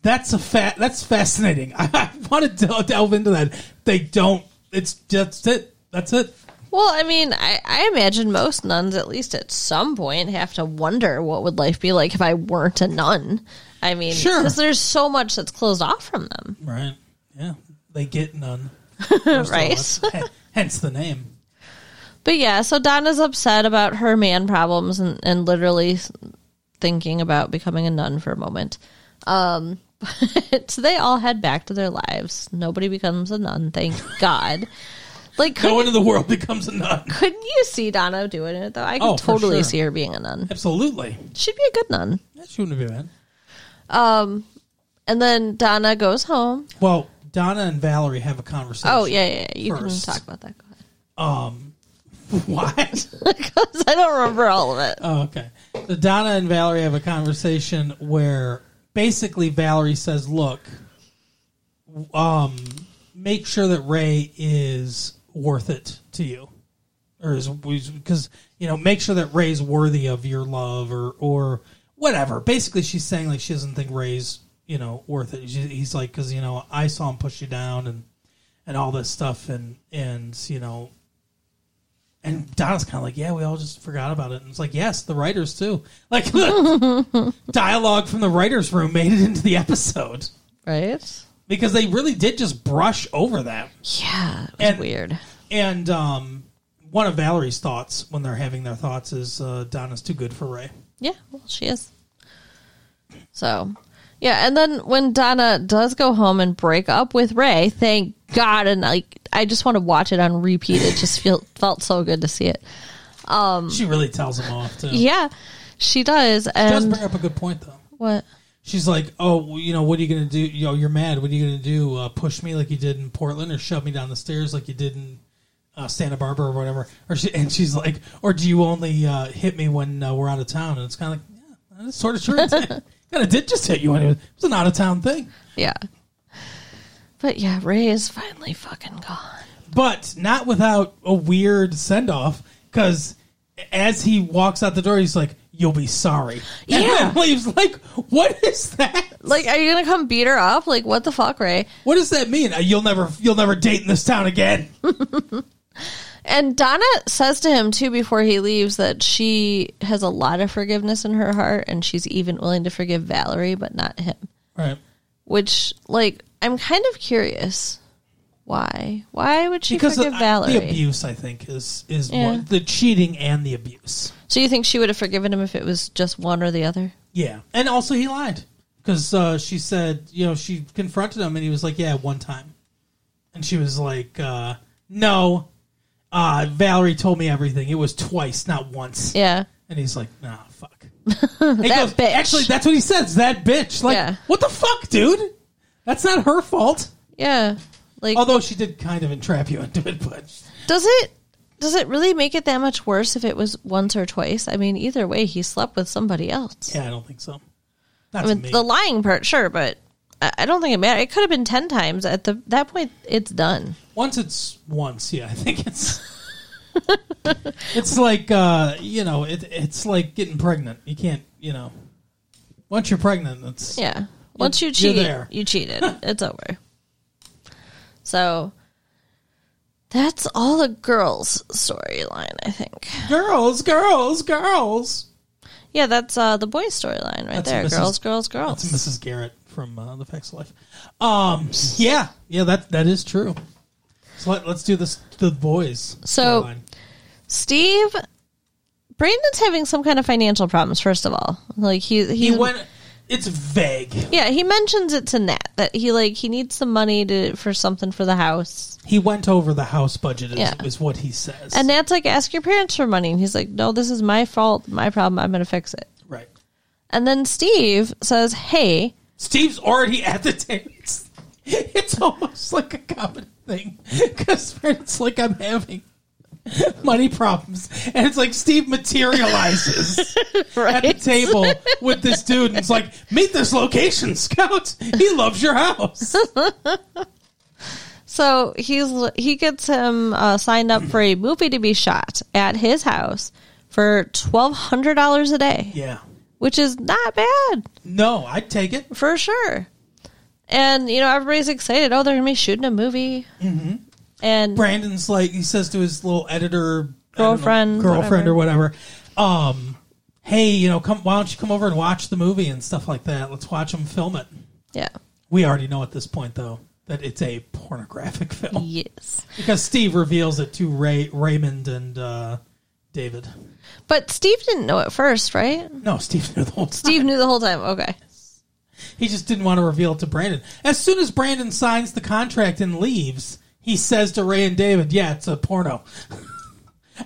Speaker 2: That's a fat. That's fascinating. *laughs* I, want to delve into that. They don't. It's just it. That's it.
Speaker 1: Well, I mean, I, I imagine most nuns, at least at some point, have to wonder what would life be like if I weren't a nun. I mean,
Speaker 2: Sure.
Speaker 1: because there's so much that's closed off from them,
Speaker 2: Right. Yeah. They get
Speaker 1: *laughs*
Speaker 2: none.
Speaker 1: right?
Speaker 2: Hence the name.
Speaker 1: But yeah, so Donna's upset about her man problems and, and literally thinking about becoming a nun for a moment. Um, *laughs* but they all head back to their lives. Nobody becomes a
Speaker 2: *laughs*
Speaker 1: nun, thank God. Like, could,
Speaker 2: No one in the world becomes a nun.
Speaker 1: couldn't you see Donna doing it though? I could
Speaker 2: Oh, for
Speaker 1: totally
Speaker 2: sure.
Speaker 1: see her being a nun.
Speaker 2: Absolutely.
Speaker 1: She'd be a good nun. Um,
Speaker 2: That shouldn't be bad.
Speaker 1: And then Donna goes home.
Speaker 2: Well, Donna and Valerie have a conversation.
Speaker 1: Oh yeah, yeah. yeah. You
Speaker 2: First.
Speaker 1: can talk about that. *laughs* Go ahead.
Speaker 2: *laughs* What?
Speaker 1: 'Cause I don't remember all of it.
Speaker 2: oh, okay. So Donna and Valerie have a conversation where basically Valerie says, look, um, make sure that Ray is worth it to you. or is because you know make sure that Ray's worthy of your love or or whatever. Basically, she's saying like she doesn't think Ray's you know worth it. She, he's like because you know I saw him push you down and and all this stuff and and you know and Donna's kind of like yeah we all just forgot about it and it's like yes the writers too *laughs* like dialogue from the writers room made it into the episode
Speaker 1: Right?
Speaker 2: because they really did just brush over that
Speaker 1: Yeah, it was
Speaker 2: And-
Speaker 1: weird.
Speaker 2: and um, one of Valerie's thoughts when they're having their thoughts is uh, Donna's too good for Ray.
Speaker 1: Yeah, well, she is. So, yeah, and then when Donna does go home and break up with Ray, thank God, and like I just want to watch it on repeat. It just feel felt so good to see it.
Speaker 2: She really tells him off too.
Speaker 1: Yeah, she does,
Speaker 2: She does
Speaker 1: and
Speaker 2: bring up a good point though.
Speaker 1: what?
Speaker 2: She's like, "Oh, well, you know, what are you gonna do? You know, you're mad. What are you gonna do? Uh, push me like you did in Portland, or shove me down the stairs like you did in uh, Santa Barbara, or whatever?" Or she, and she's like, "Or do you only uh, hit me when uh, we're out of town?" And it's kind of like, "Yeah, that's sort of true." Because And it did just hit you. Anyway. It was an out of town thing.
Speaker 1: Yeah. But yeah, Ray is finally fucking gone.
Speaker 2: but not without a weird send off because as he walks out the door, he's like, "You'll be sorry," and
Speaker 1: Yeah.
Speaker 2: then *laughs* leaves. Like, what is that?
Speaker 1: Like, are you gonna come beat her up? Like, what the fuck, Ray?
Speaker 2: What does that mean? Uh, You'll never, you'll never date in this town again.
Speaker 1: And Donna says to him too before he leaves that she has a lot of forgiveness in her heart and she's even willing to forgive Valerie, but not him.
Speaker 2: Right?
Speaker 1: Which, like, I'm kind of curious why. Why would she
Speaker 2: Because
Speaker 1: forgive
Speaker 2: the,
Speaker 1: Valerie?
Speaker 2: the abuse, I think, is is
Speaker 1: Yeah.
Speaker 2: one, the cheating and the abuse.
Speaker 1: So you think she would have forgiven him if it was just one or the other?
Speaker 2: Yeah, and also he lied because uh, she said, you know, she confronted him, and he was like, "Yeah, one time," and she was like, uh, "No." Uh, Valerie told me everything. It was twice, not once.
Speaker 1: Yeah.
Speaker 2: And he's like, nah,
Speaker 1: *laughs*
Speaker 2: fuck. that
Speaker 1: bitch.
Speaker 2: Actually, that's what he says. That bitch. Like,
Speaker 1: Yeah.
Speaker 2: what the fuck, dude? That's not her fault.
Speaker 1: Yeah. Like
Speaker 2: Although she did kind of entrap you into it, but
Speaker 1: does it does it really make it that much worse if it was once or twice? I mean, either way, he slept with somebody else.
Speaker 2: yeah, I don't think so. Not
Speaker 1: I
Speaker 2: to
Speaker 1: mean,
Speaker 2: me.
Speaker 1: the lying part, sure, but I I don't think it mattered. It could have been ten times. At the that point, it's done.
Speaker 2: once it's once, yeah, I think it's. *laughs* it's like uh, you know, it, it's like getting pregnant. You can't, you know, once you're pregnant, it's
Speaker 1: Yeah. Once you
Speaker 2: you're
Speaker 1: cheat,
Speaker 2: there. *laughs*
Speaker 1: you cheated. it's over. So that's all the girls' storyline, I think.
Speaker 2: girls, girls, girls.
Speaker 1: Yeah, that's uh, the boys' storyline right
Speaker 2: That's
Speaker 1: there.
Speaker 2: Mrs.
Speaker 1: Girls, girls,
Speaker 2: That's
Speaker 1: girls.
Speaker 2: Mrs. Garrett from uh, The Facts of Life. Um, yeah, yeah, that that is true. So let, us do this. The boys.
Speaker 1: So-
Speaker 2: storyline.
Speaker 1: Steve, Brandon's having some kind of financial problems. First of all, like he he,
Speaker 2: he went. It's vague.
Speaker 1: Yeah, he mentions it to Nat that he like he needs some money to for something for the house,
Speaker 2: He went over the house budget. Is,
Speaker 1: Yeah.
Speaker 2: is what he says.
Speaker 1: and Nat's like, "Ask your parents for money," and he's like, "No, this is my fault, my problem. I'm gonna fix it."
Speaker 2: right.
Speaker 1: And then Steve says, "Hey,
Speaker 2: Steve's already *laughs* at the table. It's, it's almost like a common thing because it's like I'm having money problems, and it's like Steve materializes. at the table with this dude and it's like, meet this location scout. He loves your house.
Speaker 1: So he's he gets him uh, signed up for a movie to be shot at his house for twelve hundred dollars a day,
Speaker 2: Yeah.
Speaker 1: which is not bad
Speaker 2: No, I'd take it.
Speaker 1: for sure. And you know everybody's excited. Oh, they're gonna be shooting a movie, mm-hmm. and
Speaker 2: Brandon's like he says to his little editor I don't know,
Speaker 1: Girlfriend,
Speaker 2: girlfriend or whatever, um, hey, you know, come why don't you come over and watch the movie and stuff like that? Let's watch him film it.
Speaker 1: yeah,
Speaker 2: We already know at this point though that it's a pornographic *laughs* film
Speaker 1: yes.
Speaker 2: because Steve reveals it to Ray Raymond and uh, David.
Speaker 1: But Steve didn't know at first, right?
Speaker 2: No, Steve *laughs* knew the whole time.
Speaker 1: Steve knew the whole time. Okay.
Speaker 2: He just didn't want to reveal it to Brandon. As soon as Brandon signs the contract and leaves, he says to Ray and David, "Yeah, it's a porno." *laughs*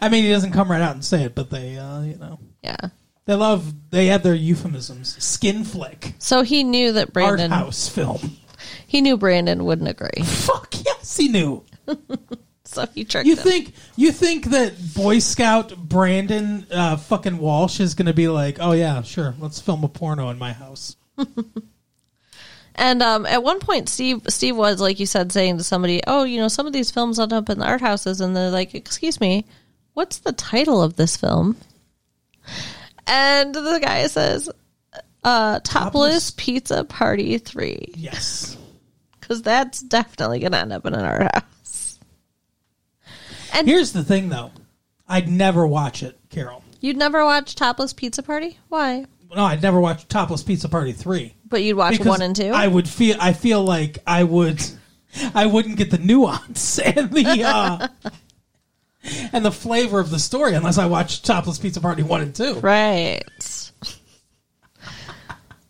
Speaker 2: I mean, he doesn't come right out and say it, but they, uh, you know,
Speaker 1: Yeah.
Speaker 2: they love they have their euphemisms. Skin flick,
Speaker 1: So he knew that
Speaker 2: art
Speaker 1: Brandon
Speaker 2: house film. *laughs*
Speaker 1: he knew Brandon wouldn't agree. *laughs*
Speaker 2: Fuck yes, he knew.
Speaker 1: So he tricked
Speaker 2: You
Speaker 1: him.
Speaker 2: think you think that Boy Scout Brandon uh, fucking Walsh is going to be like, "Oh yeah, sure, let's film a porno in my house."
Speaker 1: and um, at one point Steve Steve was like you said saying to somebody, "Oh, you know, some of these films end up in the art houses." And they're like, "Excuse me, what's the title of this film?" And the guy says, uh, "Topless Pizza Party 3."
Speaker 2: Yes.
Speaker 1: Cuz that's definitely going to end up in an art house. And
Speaker 2: Here's the thing, though. I'd never watch it, Carol.
Speaker 1: You'd never watch Topless Pizza Party? Why?
Speaker 2: no, I'd never watch Topless Pizza Party three.
Speaker 1: But you'd watch
Speaker 2: Because
Speaker 1: one and two?
Speaker 2: I would feel. I feel like I would. I wouldn't get the nuance *laughs* and the uh, and the flavor of the story unless I watched Topless Pizza Party one and two.
Speaker 1: right. *laughs*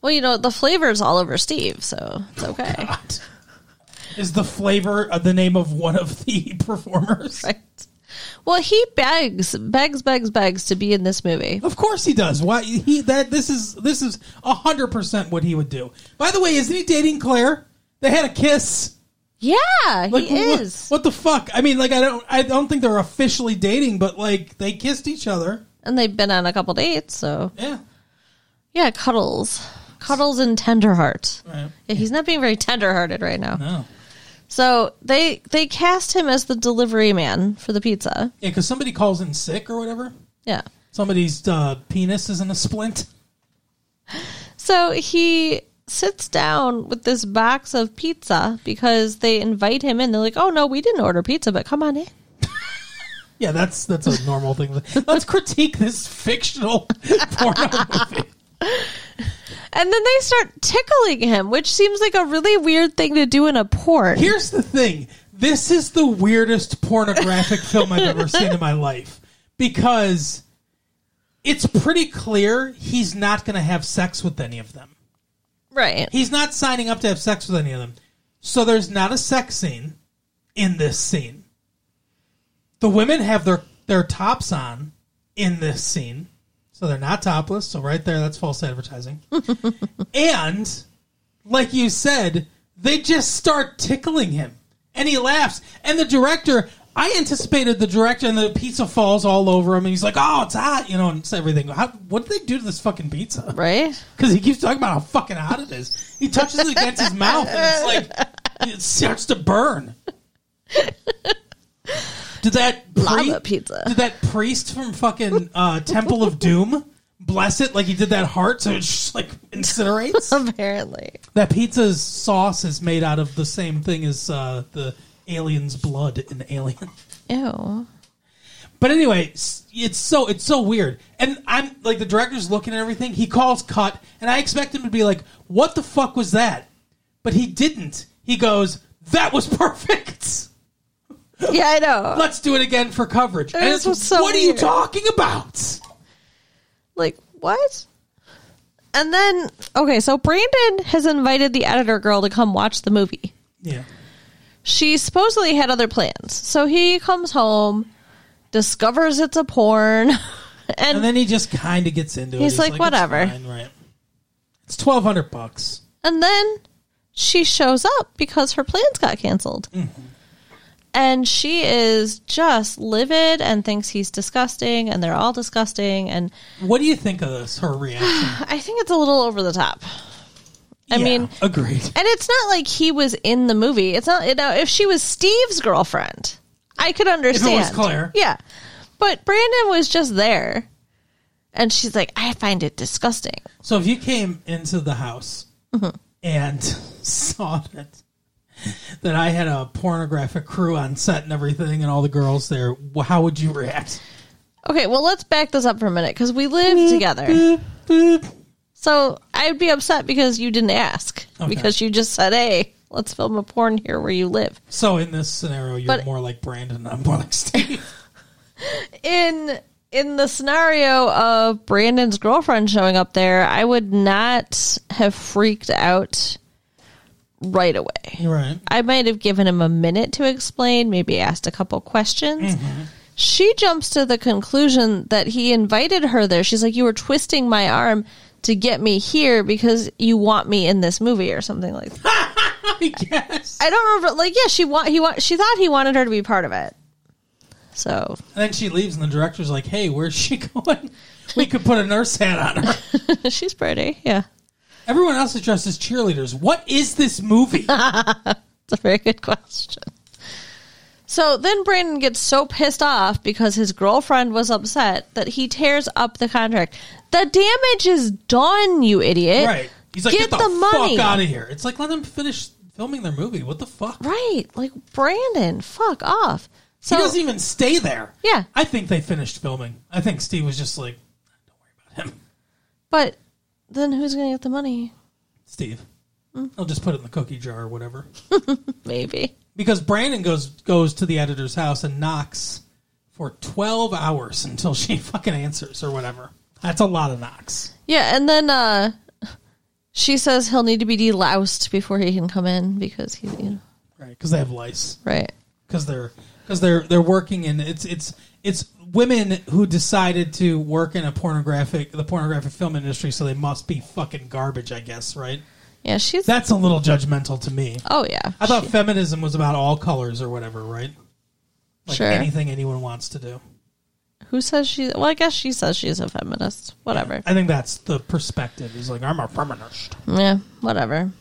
Speaker 1: well, you know, the flavor's all over Steve, so it's okay.
Speaker 2: God. Is the flavor of the name of one of the *laughs* performers?
Speaker 1: right. Well, he begs, begs, begs, begs to be in this movie.
Speaker 2: Of course he does. Why he that this is this is hundred percent what he would do. By the way, isn't he dating Claire? They had a kiss.
Speaker 1: Yeah,
Speaker 2: Like,
Speaker 1: he
Speaker 2: what,
Speaker 1: is.
Speaker 2: What the fuck? I mean, like, I don't, I don't think they're officially dating, but like, they kissed each other.
Speaker 1: And they've been on a couple dates, so
Speaker 2: Yeah,
Speaker 1: yeah, cuddles. Cuddles and Tenderheart.
Speaker 2: Right.
Speaker 1: Yeah, he's not being very tenderhearted right now.
Speaker 2: No.
Speaker 1: So they they cast him as the delivery man for the pizza.
Speaker 2: Yeah, because somebody calls in sick or whatever.
Speaker 1: Yeah.
Speaker 2: Somebody's uh, penis is in a splint.
Speaker 1: So he sits down with this box of pizza because they invite him in. They're like, "Oh no, we didn't order pizza, but come on in."
Speaker 2: Yeah, that's that's a normal thing. *laughs* Let's critique this fictional *laughs* porno movie.
Speaker 1: And then they start tickling him, which seems like a really weird thing to do in a porn.
Speaker 2: Here's the thing. This is the weirdest pornographic film I've ever seen in my life because it's pretty clear he's not going to have sex with any of them.
Speaker 1: right.
Speaker 2: He's not signing up to have sex with any of them. So there's not a sex scene in this scene. The women have their, their tops on in this scene. So they're not topless. So right there, that's false advertising. and like you said, they just start tickling him. And he laughs. And the director, I anticipated the director and the pizza falls all over him. And he's like, oh, it's hot, you know, and it's everything. How, what did they do to this fucking pizza?
Speaker 1: right?
Speaker 2: because he keeps talking about how fucking hot it is. He touches it against his mouth, and it's like it starts to burn. Did that pri-
Speaker 1: Lava pizza.
Speaker 2: Did that priest from fucking uh, Temple of Doom bless it like he did that heart, so it just like incinerates?
Speaker 1: *laughs* Apparently.
Speaker 2: That pizza's sauce is made out of the same thing as uh, the alien's blood in Alien.
Speaker 1: Ew.
Speaker 2: But anyway, s- it's so it's so weird. And I'm like the director's looking at everything. He calls cut, and I expect him to be like, "What the fuck was that?" But he didn't. He goes, "That was *laughs* perfect.
Speaker 1: Yeah, I know.
Speaker 2: Let's do it again for coverage." And
Speaker 1: This
Speaker 2: it's,
Speaker 1: was so
Speaker 2: what are you
Speaker 1: weird.
Speaker 2: talking about?
Speaker 1: Like, what? And then, okay, so Brandon has invited the editor girl to come watch the movie.
Speaker 2: Yeah.
Speaker 1: She supposedly had other plans. So he comes home, discovers it's a porn, *laughs* and
Speaker 2: And then he just kind of gets into it.
Speaker 1: He's like,
Speaker 2: "It's
Speaker 1: "Whatever."
Speaker 2: fine," right. It's twelve hundred bucks.
Speaker 1: And then she shows up because her plans got canceled.
Speaker 2: Mm-hmm.
Speaker 1: And she is just livid and thinks he's disgusting and they're all disgusting. And
Speaker 2: What do you think of this? Her reaction.
Speaker 1: I think it's a little over the top. I
Speaker 2: Yeah,
Speaker 1: mean,
Speaker 2: agreed.
Speaker 1: and it's not like he was in the movie. It's not, you know, if she was Steve's girlfriend, I could understand.
Speaker 2: Claire.
Speaker 1: Yeah. But Brandon was just there. And she's like, I find it disgusting.
Speaker 2: So if you came into the house and *laughs* saw that that I had a pornographic crew on set and everything, and all the girls there, wh- how would you react?
Speaker 1: Okay, well, let's back this up for a minute because we live together.
Speaker 2: Boop, boop.
Speaker 1: So I'd be upset because you didn't ask.
Speaker 2: Okay.
Speaker 1: Because you just said, hey, let's film a porn here where you live.
Speaker 2: So in this scenario, you're
Speaker 1: But-
Speaker 2: more like Brandon. I'm more like Steve.
Speaker 1: In in the scenario of Brandon's girlfriend showing up there, I would not have freaked out right away.
Speaker 2: You're *laughs* right.
Speaker 1: I might have given him a minute to explain, maybe asked a couple questions. She jumps to the conclusion that he invited her there. She's like, You were twisting my arm to get me here because you want me in this movie or something like that.
Speaker 2: *laughs* I guess.
Speaker 1: I don't remember. Like, yeah, she want he want she thought he wanted her to be part of it. So *laughs*
Speaker 2: And then she leaves, and the director's like, "Hey, where's she *laughs* going? We could put a nurse hat on her."
Speaker 1: she's pretty. Yeah,
Speaker 2: Everyone else is dressed as cheerleaders. What is this *laughs* movie?
Speaker 1: it's a very good question. So then Brandon gets so pissed off because his girlfriend was upset that he tears up the contract. The damage is done, you idiot.
Speaker 2: right. He's like, "Get, the, fuck out of here!" It's like, let them finish filming their movie. What the fuck?
Speaker 1: Right. Like Brandon, fuck off. So
Speaker 2: he doesn't even stay there.
Speaker 1: Yeah.
Speaker 2: I think they finished filming. I think Steve was just like, don't worry about him.
Speaker 1: but then who's gonna get the money?
Speaker 2: Steve, I'll just put it in the cookie jar or whatever.
Speaker 1: Maybe.
Speaker 2: Because Brandon goes goes to the editor's house and knocks for twelve hours until she *laughs* fucking answers or whatever. That's a lot of knocks.
Speaker 1: Yeah, and then uh she says he'll need to be deloused before he can come in because he, you know,
Speaker 2: Right. Because they have lice.
Speaker 1: right.
Speaker 2: Because they're because they're they're working in it's it's it's women who decided to work in a pornographic the pornographic film industry, so they must be fucking garbage, I guess, right?
Speaker 1: Yeah, she's.
Speaker 2: That's a little judgmental to me.
Speaker 1: oh yeah,
Speaker 2: I thought feminism was about all colors or whatever, right? Like
Speaker 1: Sure.
Speaker 2: anything anyone wants to do.
Speaker 1: She- Who says she? Well, I guess she says she's a feminist. Whatever.
Speaker 2: I think that's the perspective. Is like I'm a feminist.
Speaker 1: Yeah, whatever.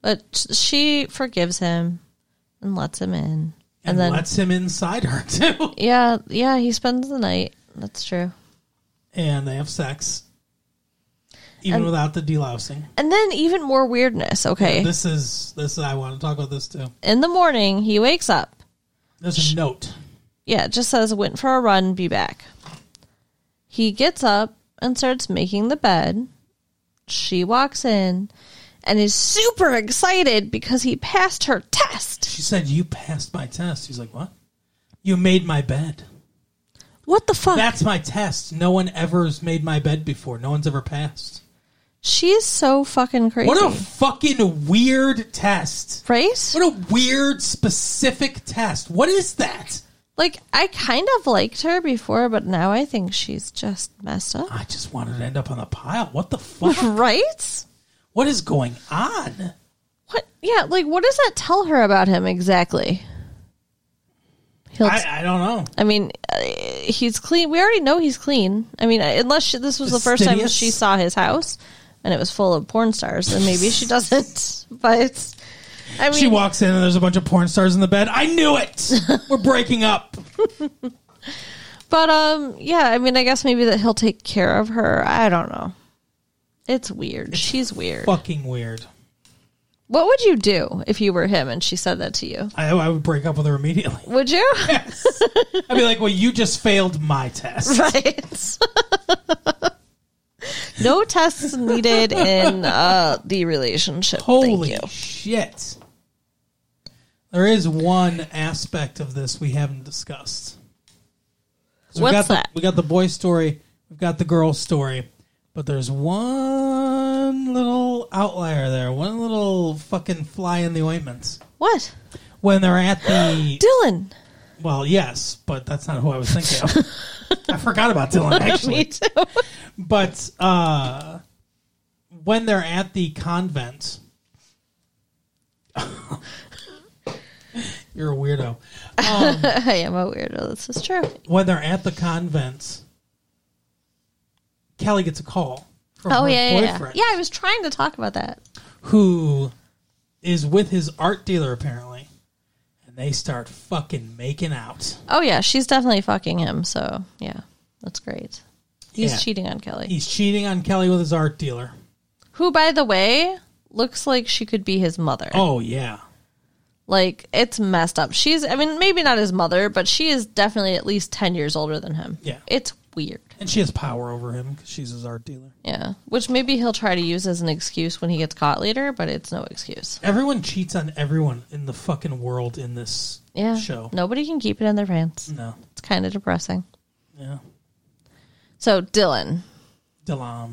Speaker 1: But she forgives him and lets him in.
Speaker 2: and
Speaker 1: And, then,
Speaker 2: lets him inside her too. *laughs*
Speaker 1: yeah, yeah, he spends the night. That's true.
Speaker 2: And they have sex, even
Speaker 1: And-
Speaker 2: without the delousing.
Speaker 1: And then, even more weirdness. Okay.
Speaker 2: This is this. I want to talk about this too.
Speaker 1: in the morning, he wakes up.
Speaker 2: There's a note.
Speaker 1: Yeah, it just says, went for a run, be back. He gets up and starts making the bed. She walks in and is super excited because he passed her test.
Speaker 2: She said, "You passed my test." He's like, "What? You made my bed."
Speaker 1: What the fuck?
Speaker 2: That's my test. No one ever has made my bed before. No one's ever passed.
Speaker 1: she is so fucking crazy.
Speaker 2: What a fucking weird test.
Speaker 1: right?
Speaker 2: What a weird specific test. What is that?
Speaker 1: Like I kind of liked her before, but now I think she's just messed up.
Speaker 2: I just wanted to end up on the pile. *laughs* What the
Speaker 1: *laughs*
Speaker 2: fuck?
Speaker 1: Right?
Speaker 2: what is going on?
Speaker 1: What? Yeah, like what does that tell her about him exactly? He'll. I,
Speaker 2: I, I don't know.
Speaker 1: mean, uh, he's clean. We already know he's clean. I mean, uh, unless she, this was the first time
Speaker 2: Fastidious.
Speaker 1: she saw his house, and it was full of porn stars, then maybe she doesn't. *laughs* But I mean,
Speaker 2: She walks in and there's a bunch of porn stars in the bed. I knew it. We're breaking up.
Speaker 1: But um, yeah, I mean, I guess maybe that he'll take care of her. I don't know. It's weird. She's weird.
Speaker 2: Fucking weird.
Speaker 1: What would you do if you were him and she said that to you?
Speaker 2: I, I would break up with her immediately. *laughs*
Speaker 1: Would you? *laughs*
Speaker 2: I'd be like, well, you just failed my test.
Speaker 1: right. *laughs* no tests needed in uh, the relationship.
Speaker 2: Holy
Speaker 1: Thank you.
Speaker 2: shit. There is one aspect of this we haven't discussed. 'Cause we
Speaker 1: What's
Speaker 2: got
Speaker 1: that?
Speaker 2: The, we got the boy story, we've got the girl story, but there's one little outlier there, one little fucking fly in the ointments.
Speaker 1: What?
Speaker 2: When they're at
Speaker 1: *gasps*
Speaker 2: the
Speaker 1: Dylan. *laughs*
Speaker 2: well, yes, but that's not who I was thinking of. I forgot about Dylan
Speaker 1: *laughs* Me
Speaker 2: actually.
Speaker 1: too.
Speaker 2: But uh, when they're at the convent, *laughs* you're a weirdo.
Speaker 1: I am a weirdo. This is true.
Speaker 2: When they're at the convent, Kelly gets a call from
Speaker 1: Oh
Speaker 2: her
Speaker 1: yeah, yeah, yeah.
Speaker 2: boyfriend,
Speaker 1: Yeah, I was trying to talk about that.
Speaker 2: who is with his art dealer apparently, and they start fucking making out.
Speaker 1: Oh yeah, she's definitely fucking him. So yeah, that's great. He's
Speaker 2: Yeah.
Speaker 1: cheating on Kelly.
Speaker 2: He's cheating on Kelly with his art dealer.
Speaker 1: who by the way looks like she could be his mother
Speaker 2: Oh yeah,
Speaker 1: like it's messed up she's i mean maybe not his mother but she is definitely at least 10 years older than him
Speaker 2: Yeah.
Speaker 1: it's weird
Speaker 2: and she has power over him because she's his art dealer.
Speaker 1: yeah which maybe he'll try to use as an excuse when he gets caught later but it's no excuse
Speaker 2: Everyone cheats on everyone in the fucking world in this
Speaker 1: yeah
Speaker 2: show.
Speaker 1: nobody can keep it in their pants
Speaker 2: No.
Speaker 1: it's kind of depressing
Speaker 2: Yeah.
Speaker 1: so dylan
Speaker 2: Delon.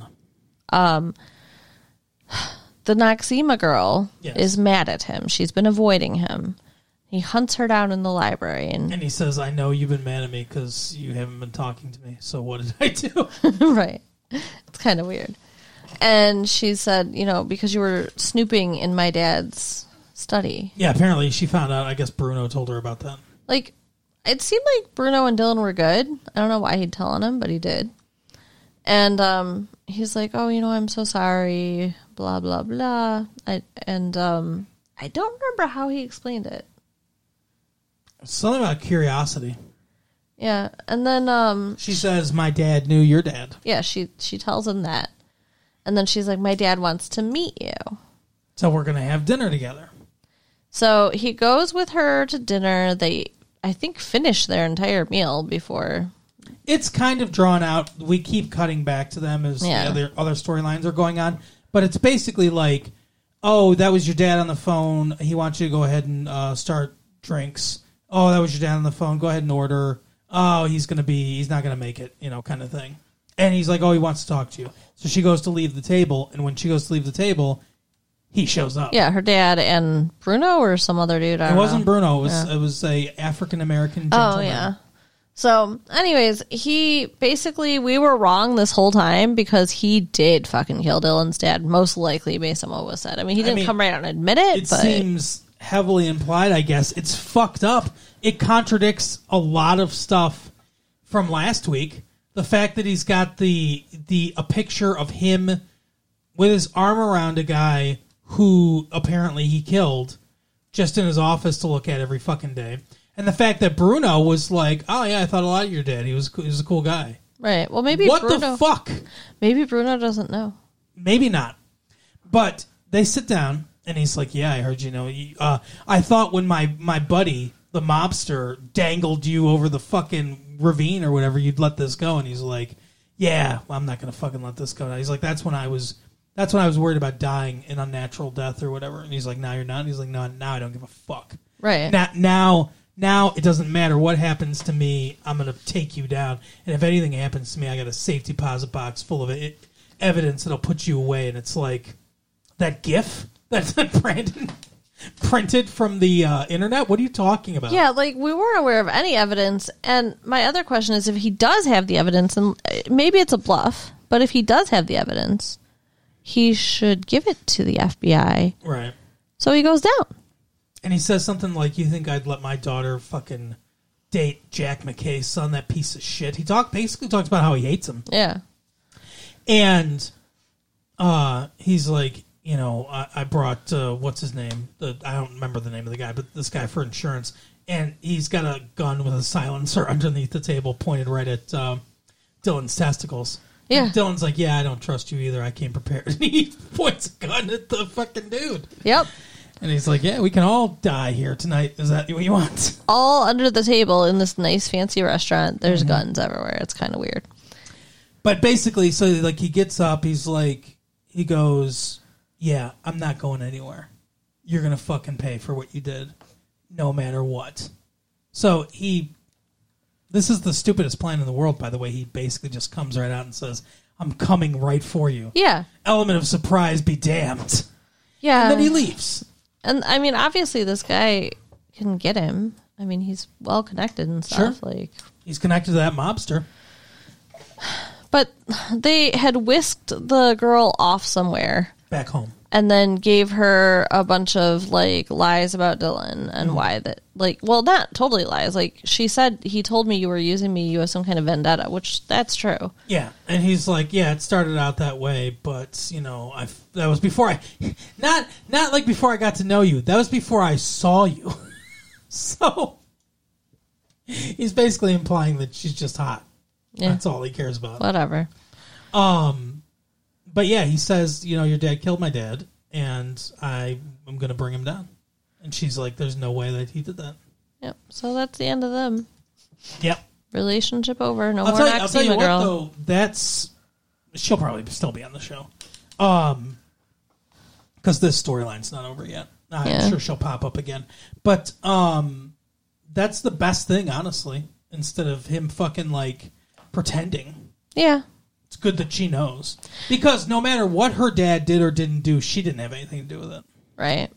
Speaker 1: the Noxema girl
Speaker 2: Yes.
Speaker 1: is mad at him she's been avoiding him he hunts her down in the library and
Speaker 2: And he says, I know you've been mad at me because you haven't been talking to me. So what did I do?
Speaker 1: *laughs* right. It's kind of weird. And she said, you know, because you were snooping in my dad's study.
Speaker 2: yeah, apparently she found out. I guess Bruno told her about that.
Speaker 1: Like, it seemed like Bruno and Dylan were good. I don't know why he'd tell on him, but he did. And um, he's like, oh, you know, I'm so sorry, blah, blah, blah. I, and um, I don't remember how he explained it.
Speaker 2: Something about curiosity.
Speaker 1: Yeah. And then um,
Speaker 2: She says, My dad knew your dad.
Speaker 1: yeah, she she tells him that. And then she's like, My dad wants to meet you.
Speaker 2: So we're going to have dinner together.
Speaker 1: So he goes with her to dinner. They, I think, finish their entire meal before.
Speaker 2: It's kind of drawn out. We keep cutting back to them as
Speaker 1: Yeah.
Speaker 2: the other, other storylines are going on. But it's basically like, Oh, that was your dad on the phone. He wants you to go ahead and uh, start drinks. Oh, that was your dad on the phone. Go ahead and order. Oh, he's going to be, he's not going to make it, you know, kind of thing. And he's like, Oh, he wants to talk to you. So she goes to leave the table. And when she goes to leave the table, he shows up.
Speaker 1: Yeah, her dad and Bruno or some other dude. I
Speaker 2: It
Speaker 1: don't
Speaker 2: wasn't
Speaker 1: know.
Speaker 2: Bruno. It was, it was a African American
Speaker 1: Oh
Speaker 2: gentleman.
Speaker 1: yeah. So, anyways, he basically we were wrong this whole time because he did fucking kill Dylan's dad, most likely based on what was said. I mean, he didn't
Speaker 2: mean,
Speaker 1: come right out and admit it,
Speaker 2: It
Speaker 1: but
Speaker 2: seems heavily implied, I guess. It's fucked up. It contradicts a lot of stuff from last week. The fact that he's got the the a picture of him with his arm around a guy who apparently he killed just in his office to look at every fucking day. And the fact that Bruno was like, "Oh yeah, I thought a lot of your dad. He was he was a cool guy."
Speaker 1: Right. Well, maybe
Speaker 2: what
Speaker 1: Bruno.
Speaker 2: the fuck?
Speaker 1: Maybe Bruno doesn't know.
Speaker 2: Maybe not. But they sit down, and he's like, "Yeah, I heard you know. you- Uh, I thought when my my buddy, the mobster, dangled you over the fucking ravine or whatever, you'd let this go." And he's like, "Yeah, well, I'm not gonna fucking let this go." He's like, "That's when I was." That's when I was worried about dying an unnatural death or whatever. And he's like, "Now you're not." And he's like, "No, now I don't give a fuck."
Speaker 1: Right.
Speaker 2: Now, now, now it doesn't matter what happens to me. I'm gonna take you down, and if anything happens to me, I got a safe deposit box full of it, evidence that'll put you away. And it's like that GIF *laughs* that's Brandon *laughs* printed from the uh, internet. What are you talking about?
Speaker 1: Yeah, like we weren't aware of any evidence. And my other question is if he does have the evidence, and uh, maybe it's a bluff, but if he does have the evidence, he should give it to the FBI.
Speaker 2: right.
Speaker 1: So he goes down.
Speaker 2: And he says something like, "You think I'd let my daughter fucking date Jack McKay's son? That piece of shit." He talk basically talks about how he hates him.
Speaker 1: Yeah.
Speaker 2: and uh, he's like, you know, I, I brought uh, what's his name? The, I don't remember the name of the guy, but this guy for insurance, and he's got a gun with a silencer *laughs* underneath the table, pointed right at uh, Dylan's testicles.
Speaker 1: Yeah.
Speaker 2: And Dylan's like, yeah, I don't trust you either. I came prepared. *laughs* And he points a gun at the fucking dude,
Speaker 1: Yep.
Speaker 2: and he's like, yeah, we can all die here tonight. Is that what you want?
Speaker 1: All under the table in this nice fancy restaurant. There's guns everywhere. It's kind of weird.
Speaker 2: But basically, so like he gets up, he's like, he goes, "Yeah, I'm not going anywhere. You're gonna fucking pay for what you did, no matter what." So he, this is the stupidest plan in the world, by the way. He basically just comes right out and says, "I'm coming right for you."
Speaker 1: Yeah.
Speaker 2: Element of surprise be damned.
Speaker 1: Yeah.
Speaker 2: And
Speaker 1: Uh.
Speaker 2: then he leaves.
Speaker 1: And I mean, obviously, this guy can get him. I mean, he's well connected and stuff. Like,
Speaker 2: He's connected to that mobster.
Speaker 1: but they had whisked the girl off somewhere,
Speaker 2: Back home.
Speaker 1: and then gave her a bunch of like lies about Dylan and
Speaker 2: Mm-hmm.
Speaker 1: why that like well not totally lies like she said he told me you were using me you have some kind of vendetta which that's true
Speaker 2: Yeah, and he's like, "Yeah, it started out that way, but you know, I that was before I, not not like before I got to know you. That was before I saw you." *laughs* so he's basically implying that she's just hot.
Speaker 1: Yeah.
Speaker 2: That's all he cares about.
Speaker 1: whatever
Speaker 2: But yeah, he says, "You know, your dad killed my dad, and I am going to bring him down." And she's like, "There's no way that he did that."
Speaker 1: yep so that's the end of them
Speaker 2: Yep.
Speaker 1: relationship over no
Speaker 2: I'll
Speaker 1: more
Speaker 2: tell you, I'll tell you
Speaker 1: Noxema
Speaker 2: what
Speaker 1: girl
Speaker 2: though, that's she'll probably still be on the show, um, because this storyline's not over yet. I'm
Speaker 1: Yeah.
Speaker 2: sure she'll pop up again, but um, that's the best thing, honestly. Instead of him fucking like pretending,
Speaker 1: yeah
Speaker 2: it's good that she knows because no matter what her dad did or didn't do, she didn't have anything to do with it.
Speaker 1: right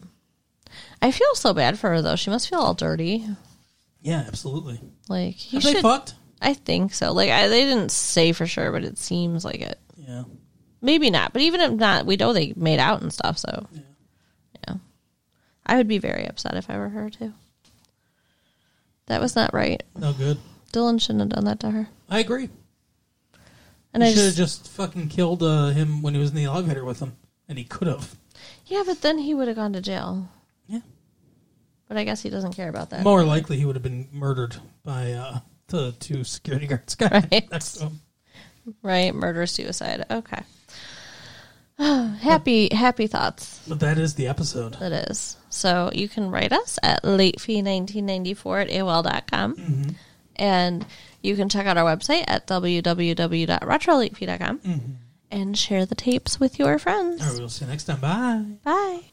Speaker 1: I feel so bad for her though she must feel all dirty
Speaker 2: Yeah, absolutely.
Speaker 1: like he
Speaker 2: Have
Speaker 1: should
Speaker 2: they fucked?
Speaker 1: I think so like I, they didn't say for sure but it seems like it
Speaker 2: Yeah.
Speaker 1: Maybe not, but even if not, we know they made out and stuff. So, yeah, I would be very upset if I were her too. That was not right.
Speaker 2: No good.
Speaker 1: Dylan shouldn't have done that to her.
Speaker 2: I agree.
Speaker 1: And
Speaker 2: he
Speaker 1: I
Speaker 2: should have
Speaker 1: just,
Speaker 2: just fucking killed uh, him when he was in the elevator with him, and he could have.
Speaker 1: yeah, but then he would have gone to jail.
Speaker 2: Yeah.
Speaker 1: But I guess he doesn't care about that.
Speaker 2: More likely, he would have been murdered by uh, the two security guards *laughs* guy
Speaker 1: Right.
Speaker 2: next to him.
Speaker 1: right? Murder, suicide. Okay. *sighs* happy, happy thoughts.
Speaker 2: But that is the episode.
Speaker 1: It is. So you can write us at latefee1994 at AOL.com. And you can check out our website at www.retrolatefee.com and share the tapes with your friends.
Speaker 2: All right, we'll see you next time. Bye.
Speaker 1: Bye.